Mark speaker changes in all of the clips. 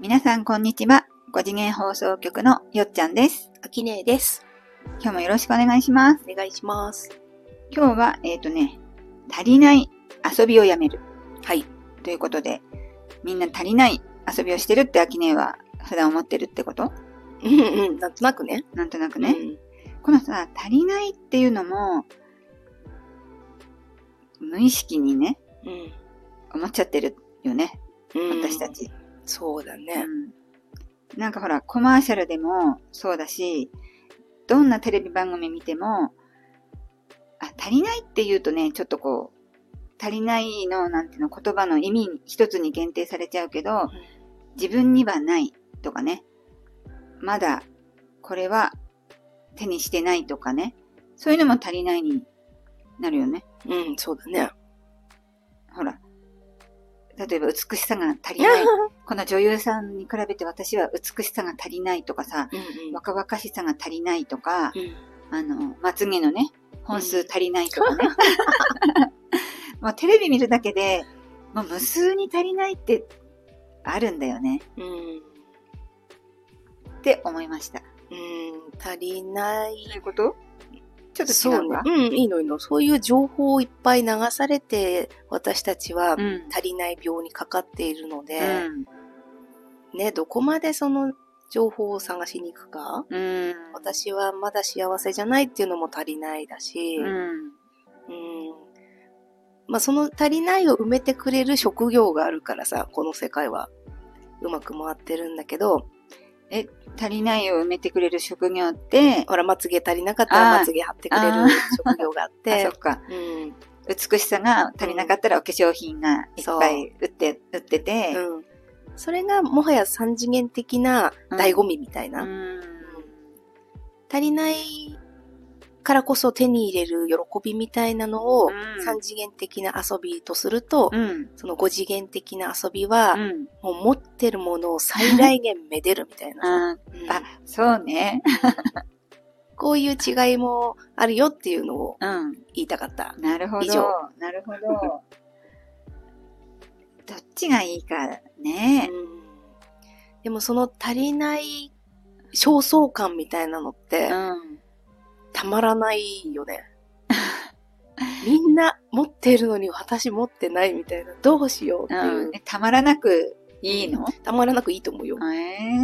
Speaker 1: 皆さん、こんにちは。5次元放送局のよっちゃんです。
Speaker 2: あきねえです。
Speaker 1: 今日もよろしくお願いします。
Speaker 2: お願いします。
Speaker 1: 今日は、えっ、とね、足りない遊びをやめる
Speaker 2: はい。
Speaker 1: ということで、みんな足りない遊びをしてるってアキネは普段思ってるってこと
Speaker 2: うんうん。なんとなくね。
Speaker 1: なんとなく
Speaker 2: ね
Speaker 1: ね。。このさ、足りないっていうのも、無意識にね、
Speaker 2: うん。
Speaker 1: 思っちゃってるよね。
Speaker 2: うん、
Speaker 1: 私た。ち。
Speaker 2: そうだ
Speaker 1: う
Speaker 2: ね。
Speaker 1: んなんかほら、コマーシャルでもそうだし、どんなテレビ番組見ても、あ、足りないって言うとね、ちょっとこう、足りないの、なんていうの、言葉の意味一つに限定されちゃうけど、自分にはないとかね、まだこれは手にしてないとかね、そういうのも足りないになるよね。
Speaker 2: うん、そうだね。
Speaker 1: ほら、例えば美しさが足り ない。この女優さんに比べて私は美しさが足りないとかさ、
Speaker 2: うん
Speaker 1: 若々しさが足りないとか、
Speaker 2: うん。
Speaker 1: あの、まつげのね、本数足りないとかね。 もうテレビ見るだけで、もう無数に足りないってあるんだよね
Speaker 2: うん。
Speaker 1: って思いました。
Speaker 2: うん。足りない。
Speaker 1: いうことちょっと
Speaker 2: そ
Speaker 1: 違
Speaker 2: う
Speaker 1: う
Speaker 2: ね
Speaker 1: か。
Speaker 2: うん、いいのいいの。そういう情報をいっぱい流されて、私たちは
Speaker 1: うん。
Speaker 2: 足りない病にかかっているので、
Speaker 1: うん。
Speaker 2: ね、どこまでその情報を探しに行くか。
Speaker 1: うん。
Speaker 2: 私はまだ幸せじゃないっていうのも足りないだし、
Speaker 1: うん。
Speaker 2: うんまあ、その足りないを埋めてくれる職業があるからさ、この世界は。うまく回ってるんだけど、
Speaker 1: 足りないを埋めてくれる職業って、
Speaker 2: ほら、まつげ足りなかった
Speaker 1: あー
Speaker 2: らまつげ貼ってくれる
Speaker 1: あー
Speaker 2: 職業があっ
Speaker 1: あ、そ
Speaker 2: て
Speaker 1: っ、か。
Speaker 2: うん、
Speaker 1: 美しさが足りなかったらお化粧品がいっぱい売って、売ってて、
Speaker 2: うん。それがもはや三次元的な醍醐味みたいな。
Speaker 1: うん
Speaker 2: 足りないからこそ手に入れる喜びみたいなのを
Speaker 1: うん
Speaker 2: 三次元的な遊びとすると、
Speaker 1: うん。
Speaker 2: その五次元的な遊びは、
Speaker 1: うん。
Speaker 2: もう持ってるものを最大限めでるみたいなさ。
Speaker 1: あ、
Speaker 2: うん
Speaker 1: あそうね。
Speaker 2: こういう違いもあるよっていうのを
Speaker 1: うん。
Speaker 2: 言いたかった。
Speaker 1: なるほ
Speaker 2: 以
Speaker 1: ど。
Speaker 2: 上
Speaker 1: なるほど。 どっちがいいかね。
Speaker 2: でもその足りない焦燥感みたいなのって
Speaker 1: ん。
Speaker 2: たまらないよね。みんな持ってるのに私持ってないみたいな。どうしようっていう
Speaker 1: う。ん。えたまらなくいいの
Speaker 2: たまらなくいいと思うよ。
Speaker 1: ええ。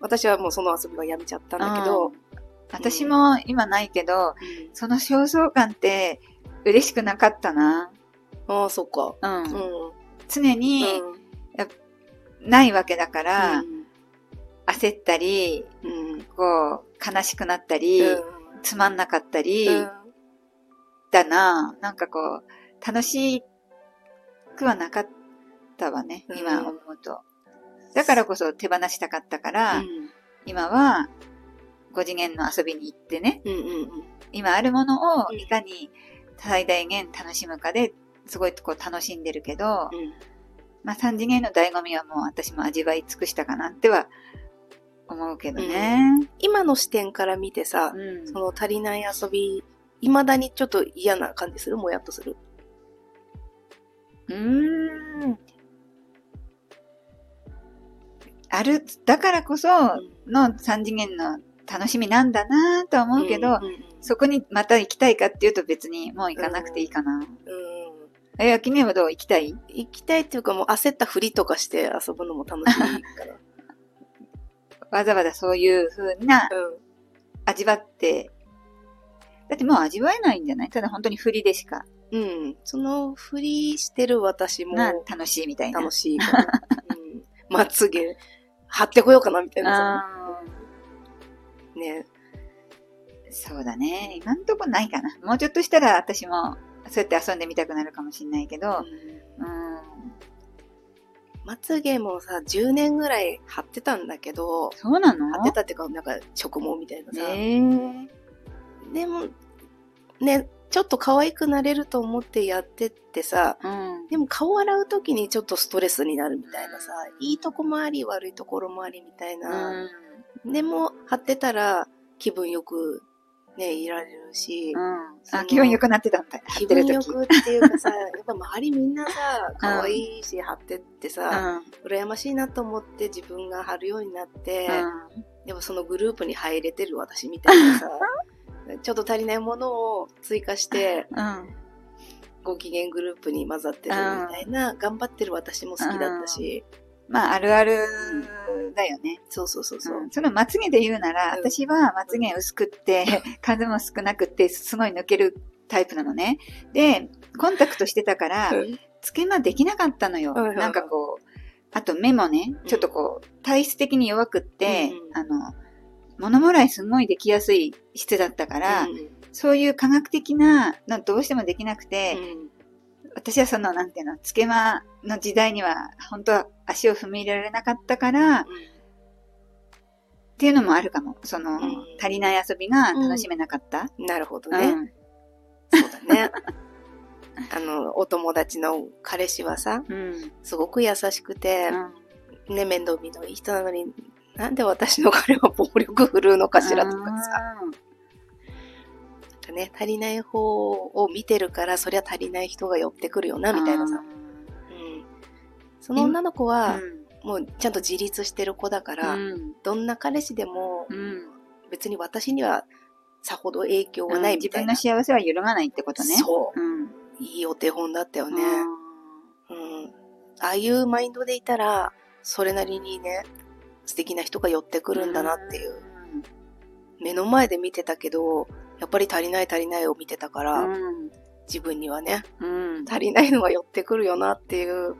Speaker 2: 私はもうその遊びはやめちゃったんだけど。
Speaker 1: うん私も今ないけど、その焦燥感って嬉しくなかったな。
Speaker 2: ああ、そっか。
Speaker 1: うん。
Speaker 2: うん。
Speaker 1: 常にないわけだから、焦ったり、
Speaker 2: うん。うん。
Speaker 1: こう、悲しくなったり、
Speaker 2: うん
Speaker 1: つまんなかったり、
Speaker 2: うん
Speaker 1: だな。なんかこう、楽しくはなかったわね、
Speaker 2: うん
Speaker 1: 今思うと。だからこそ手放したかったから、
Speaker 2: うん
Speaker 1: 今は5次元の遊びに行ってね、
Speaker 2: うんうんうん。
Speaker 1: 今あるものを
Speaker 2: うん
Speaker 1: いかに最大限楽しむかで、すごいこう楽しんでるけど、
Speaker 2: うん
Speaker 1: まあ3次元の醍醐味はもう私も味わい尽くしたかなっては思うけどね。
Speaker 2: 今の視点から見てさ、
Speaker 1: うん
Speaker 2: その足りない遊び、未だにちょっと嫌な感じするもやっとする。
Speaker 1: うーん。ある、だからこその三次元の楽しみなんだなぁとは思うけど、
Speaker 2: んうん
Speaker 1: そこにまた行きたいかっていうと別にもう行かなくていいかな。
Speaker 2: うん
Speaker 1: え、秋音はどう行きたい
Speaker 2: 行きたいっていうかもう焦ったふりとかして遊ぶのも楽しいから。
Speaker 1: わざわざそう いう風な
Speaker 2: うん
Speaker 1: 味わって、だってもう味わえないんじゃないただ本当に振りでしか、
Speaker 2: うん。そのふりしてる私も
Speaker 1: まあ楽しいみたいな。
Speaker 2: 楽
Speaker 1: し
Speaker 2: しいから。うんまつげ、貼ってこようかなみたいな
Speaker 1: あー
Speaker 2: さ。ね。
Speaker 1: そうだね。今んとこないかな。もうちょっとしたら私もそうやって遊んでみたくなるかもしれないけど、うん、
Speaker 2: まつげもさ、10年ぐらい貼ってたんだけど、
Speaker 1: そうなの
Speaker 2: 貼ってたっていうか、なんか植毛みたいなさ。
Speaker 1: えー
Speaker 2: でも、ね、ちょっと可愛くなれると思ってやってってさ、
Speaker 1: うん。
Speaker 2: でも顔洗う時にちょっとストレスになるみたいなさ、いいとこもあり、悪いところもありみたいな。
Speaker 1: うん
Speaker 2: でも、貼ってたら気分よくね、いられるし
Speaker 1: う、ん。
Speaker 2: そ
Speaker 1: あ、
Speaker 2: の
Speaker 1: 気分良くなってたんだ。
Speaker 2: 気
Speaker 1: 気
Speaker 2: 分
Speaker 1: よ
Speaker 2: よくっていうかさ、やっぱ周りみんなさ、可愛いし、貼ってって
Speaker 1: う
Speaker 2: さ、
Speaker 1: ん。うん。
Speaker 2: 羨ましいなと思って自分が貼るようになって、でもそのグループに入れてる私みたい なさ、ちょっと足りないものを追加して、
Speaker 1: うん。
Speaker 2: ご機嫌グループに混ざってるみたいな、頑張ってる私も好きだったし、
Speaker 1: まあ、あるあるだよね。
Speaker 2: そうそうそうそう
Speaker 1: うん。そのまつげで言うなら、
Speaker 2: うん
Speaker 1: 私はまつげ薄くって、 数も少なくって、すごい抜けるタイプなのね。で、コンタクトしてたから、
Speaker 2: うん
Speaker 1: つけまできなかったのよ。
Speaker 2: はいはいはい
Speaker 1: なんかこう、あと目もね、ちょっとこう、体質的に弱くって、
Speaker 2: うんうん
Speaker 1: あの、物もらいすごいできやすい質だったから、
Speaker 2: うん
Speaker 1: そういう科学的なのどうしてもできなくて、
Speaker 2: うん
Speaker 1: 私はその、なんていうの、つけまの時代には、本当は足を踏み入れられなかったから、っていうのもあるかも。その、
Speaker 2: うん
Speaker 1: 足りない遊びが楽しめなかった。
Speaker 2: うんなるほど
Speaker 1: うん。
Speaker 2: ね。そうだね。 あの、お友達の彼氏はさ、
Speaker 1: うん。
Speaker 2: すごく優しくて、
Speaker 1: うん
Speaker 2: ね、面倒見のいい人なのに、なんで私の彼は暴力振るうのかしらとかさ、なんかね、足りない方を見てるから、そりゃ足りない人が寄ってくるよな、
Speaker 1: うん
Speaker 2: みたいなさ。うんその女の子
Speaker 1: う
Speaker 2: は、
Speaker 1: ん。
Speaker 2: もうちゃんと自立してる子だから、
Speaker 1: うん。
Speaker 2: どんな彼氏でも、
Speaker 1: うん。
Speaker 2: 別に私にはさほど影響はないみ
Speaker 1: 自
Speaker 2: たい
Speaker 1: 分
Speaker 2: な。
Speaker 1: の幸せは揺るがないってことね。。
Speaker 2: そう
Speaker 1: ん。
Speaker 2: う。いいお手本だったよね。
Speaker 1: う
Speaker 2: うん、ああいうマインドでいたらそれなりにね素敵な人が寄ってくるんだなっていう、
Speaker 1: ん。
Speaker 2: 目の前で見てたけどやっぱり足りない足りないを見てたから、
Speaker 1: うん。
Speaker 2: 自分にはね
Speaker 1: うん。
Speaker 2: 足りないのが寄ってくるよなっていう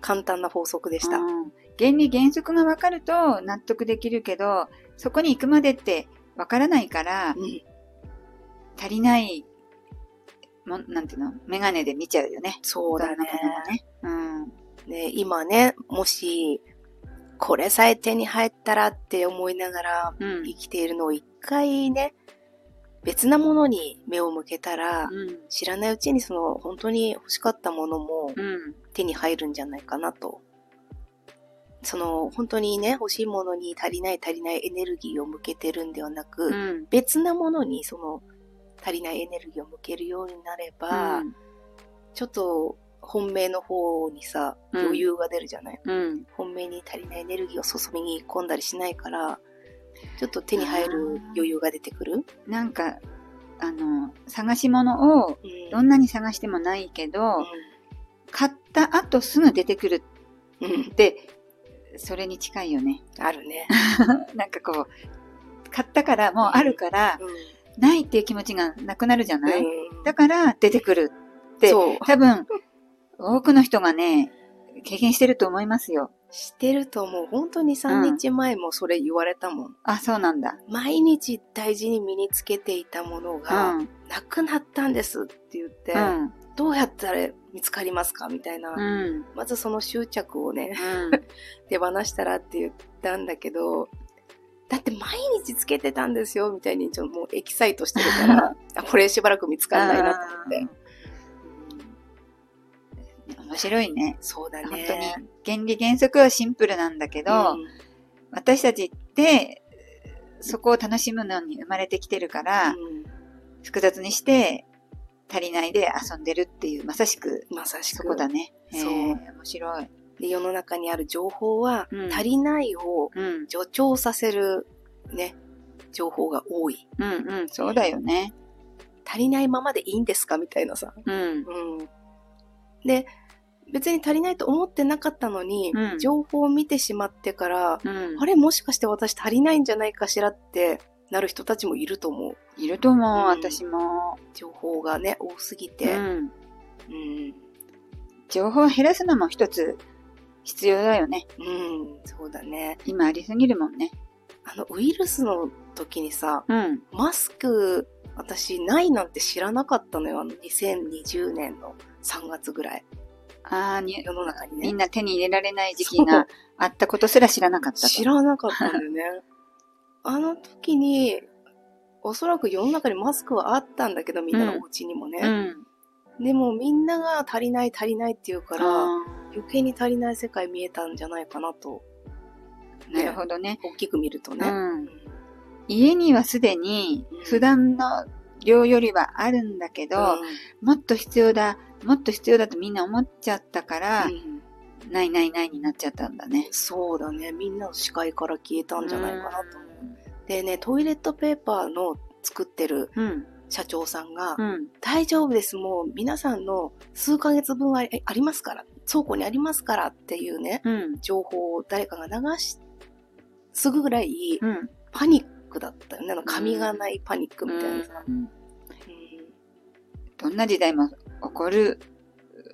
Speaker 2: 簡単な法則でした、
Speaker 1: うん原理原則が分かると納得できるけど、そこに行くまでって分からないから、
Speaker 2: うん
Speaker 1: 足りない、もんなんていうのメガネで見ちゃうよね。
Speaker 2: そうだね
Speaker 1: どんなものもね。うん。
Speaker 2: ね今ねもしこれさえ手に入ったらって思いながら
Speaker 1: うん
Speaker 2: 生きているのを一回ね別なものに目を向けたら、
Speaker 1: うん。
Speaker 2: 知らないうちにその本当に欲しかったものも
Speaker 1: うん。
Speaker 2: 手に入るんじゃないかなと。その本当にね、欲しいものに足りない足りないエネルギーを向けてるんではなく、
Speaker 1: うん。
Speaker 2: 別なものにその足りないエネルギーを向けるようになれば、
Speaker 1: うん
Speaker 2: ちょっと本命の方にさ、
Speaker 1: うん
Speaker 2: 余裕が出るじゃない、
Speaker 1: うん。
Speaker 2: 本命に足りないエネルギーを注ぎ込んだりしないから、ちょっと手に入る余裕が出てくる。
Speaker 1: なんか、あの、探し物を
Speaker 2: うん
Speaker 1: どんなに探してもないけど、買った後すぐ出てくる
Speaker 2: うんうん
Speaker 1: って、それに近いよね。
Speaker 2: あ るね。
Speaker 1: なんかこう、買ったから、もうあるから、ないっていう気持ちがなくなるじゃない、
Speaker 2: うん
Speaker 1: だから出てくる。て
Speaker 2: そう
Speaker 1: 多分、多くの人がね、経験してると思いますよ。
Speaker 2: してるともう本当に
Speaker 1: うん
Speaker 2: 3日前もそれ言われたもん、
Speaker 1: あ、そうなんだ。
Speaker 2: 毎日大事に身につけていたもの
Speaker 1: う
Speaker 2: が
Speaker 1: ん。
Speaker 2: なくなったんですって言って、
Speaker 1: うん。
Speaker 2: どうやったら見つかりますかみたいな、
Speaker 1: うん。
Speaker 2: まずその執着をね
Speaker 1: うん。
Speaker 2: 手放したらって言ったんだけどだって毎日つけてたんですよみたいにちょっともうエキサイトしてるか らあこれしばらく見つからないなと思って、うん
Speaker 1: うん面白いね。
Speaker 2: そうだね
Speaker 1: 本当に原理原則はシンプルなんだけど、
Speaker 2: うん
Speaker 1: 私たちってそこを楽しむのに生まれてきてるから、
Speaker 2: うん
Speaker 1: 複雑にして足りないで遊んでるっていうまさしく
Speaker 2: まさしく
Speaker 1: そこだね。
Speaker 2: そう
Speaker 1: へえ面白い。
Speaker 2: で世の中にある情報は、
Speaker 1: うん
Speaker 2: 足りないを
Speaker 1: うん
Speaker 2: 助長させる、ね、情報が多い。
Speaker 1: うんうんそうだよね。
Speaker 2: 足りないままでいいんですかみたいなさ。
Speaker 1: うん
Speaker 2: うん、で、別に足りないと思ってなかったのに、
Speaker 1: うん
Speaker 2: 情報を見てしまってから、
Speaker 1: うん
Speaker 2: あれもしかして私足りないんじゃないかしらってなる人たちもいると思う。
Speaker 1: いると思う、
Speaker 2: うん
Speaker 1: 私も。
Speaker 2: 情報がね、多すぎ
Speaker 1: う
Speaker 2: て。
Speaker 1: ん
Speaker 2: うん。
Speaker 1: 情報を減らすのも一つ必要だよね。
Speaker 2: うん、そうだね。
Speaker 1: 今ありすぎるもんね。
Speaker 2: あの、ウイルスの時にさ、
Speaker 1: うん
Speaker 2: マスク、私、ないなんて知らなかったのよ。あの、2020年の3月ぐらい。
Speaker 1: ああに
Speaker 2: 世の中に
Speaker 1: み
Speaker 2: ね
Speaker 1: ん。な手に入れられない時期があったことすら知らなかったと。
Speaker 2: 知らなかったんだよね。 あの時に、おそらく世の中にマスクはあったんだけど、みんなのお家にも
Speaker 1: う
Speaker 2: ね。
Speaker 1: ん。
Speaker 2: でも、みんなが足りない足りないって言うから、
Speaker 1: あ
Speaker 2: 余計に足りない世界見えたんじゃないかなと。
Speaker 1: ーなるほどね。
Speaker 2: 大きく見ると
Speaker 1: う
Speaker 2: ね。
Speaker 1: ん。家にはすでに普段の量よりはあるんだけど、もっと必要だ、もっと必要だとみんな思っちゃったから、
Speaker 2: うん
Speaker 1: ないないないになっちゃったんだね。
Speaker 2: そうだねみんなの視界から消えたんじゃないかなと思う、でねトイレットペーパーの作ってる
Speaker 1: うん。
Speaker 2: 社長さんが、
Speaker 1: うん。
Speaker 2: 大丈夫ですもう皆さんの数ヶ月分はあありますから倉庫にありますからっていうね
Speaker 1: うん。
Speaker 2: 情報を誰かが流しすぐぐらい
Speaker 1: うん。
Speaker 2: パニックだったよねあの紙がないパニックみたいなさ、
Speaker 1: うん
Speaker 2: うん
Speaker 1: どんな時代も起こる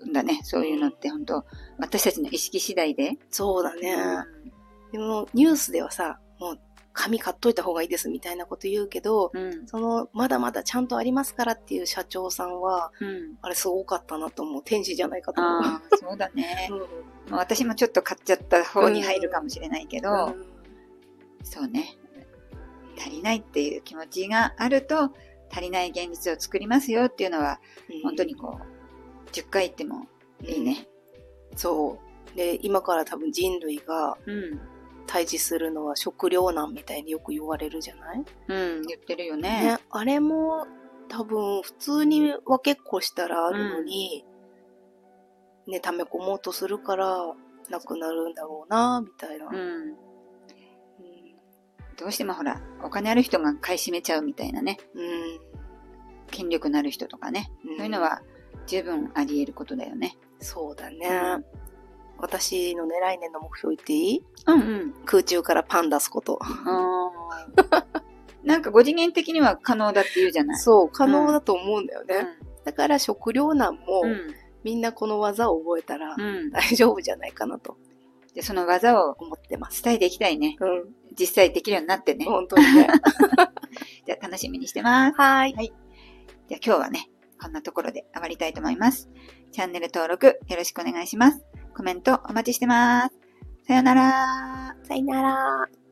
Speaker 1: んだね。そういうのって本当私たちの意識次第で。
Speaker 2: そうだ
Speaker 1: う
Speaker 2: ね、
Speaker 1: ん
Speaker 2: でもニュースではさもう紙買っといた方がいいですみたいなこと言うけど
Speaker 1: うん。
Speaker 2: そのまだまだちゃんとありますからっていう社長さんは
Speaker 1: うん。
Speaker 2: あれすごかったなと思う天使じゃないかと思う
Speaker 1: あ あ、そうだね。
Speaker 2: うん
Speaker 1: まあ私もちょっと買っちゃった方に入るかもしれないけど、
Speaker 2: うん
Speaker 1: そうね。足りないっていう気持ちがあると、足りない現実を作りますよっていうのは、本当にこう、10回言ってもいいね。
Speaker 2: そう。で、今から多分人類が
Speaker 1: うん。
Speaker 2: 対峙するのは食糧難みたいによく言われるじゃない、
Speaker 1: うん、言ってるよね。
Speaker 2: ね、あれも多分普通に分けっこしたらあるのに、ね、溜め込もうとするから、なくなるんだろうな、みたいな。
Speaker 1: うん。どうしてもほら、お金ある人が買い占めちゃうみたいなね、
Speaker 2: うん。うん
Speaker 1: 権力のある人とかね、
Speaker 2: うん
Speaker 1: そういうのは十分あり得ることだよね。
Speaker 2: そうだね。私のね、来年の目標言っていい
Speaker 1: うんうん。
Speaker 2: 空中からパン出すこと。
Speaker 1: あー なんか5次元的には可能だって言うじゃない。
Speaker 2: そう、可能だと思うんだよね。
Speaker 1: う
Speaker 2: だから食糧難も、
Speaker 1: ん。
Speaker 2: みんなこの技を覚えた
Speaker 1: う
Speaker 2: ら
Speaker 1: ん。うん。
Speaker 2: 大丈夫じゃないかなと
Speaker 1: で、その技を
Speaker 2: 思ってます。
Speaker 1: 伝えていきたいね。
Speaker 2: うん、
Speaker 1: 実際できるようになってね。
Speaker 2: 本当に ね。
Speaker 1: じゃあ楽しみにしてます。
Speaker 2: はい。
Speaker 1: じゃあ今日はね、こんなところで終わりたいと思います。チャンネル登録よろしくお願いします。コメントお待ちしてます。さようなら。
Speaker 2: さよなら。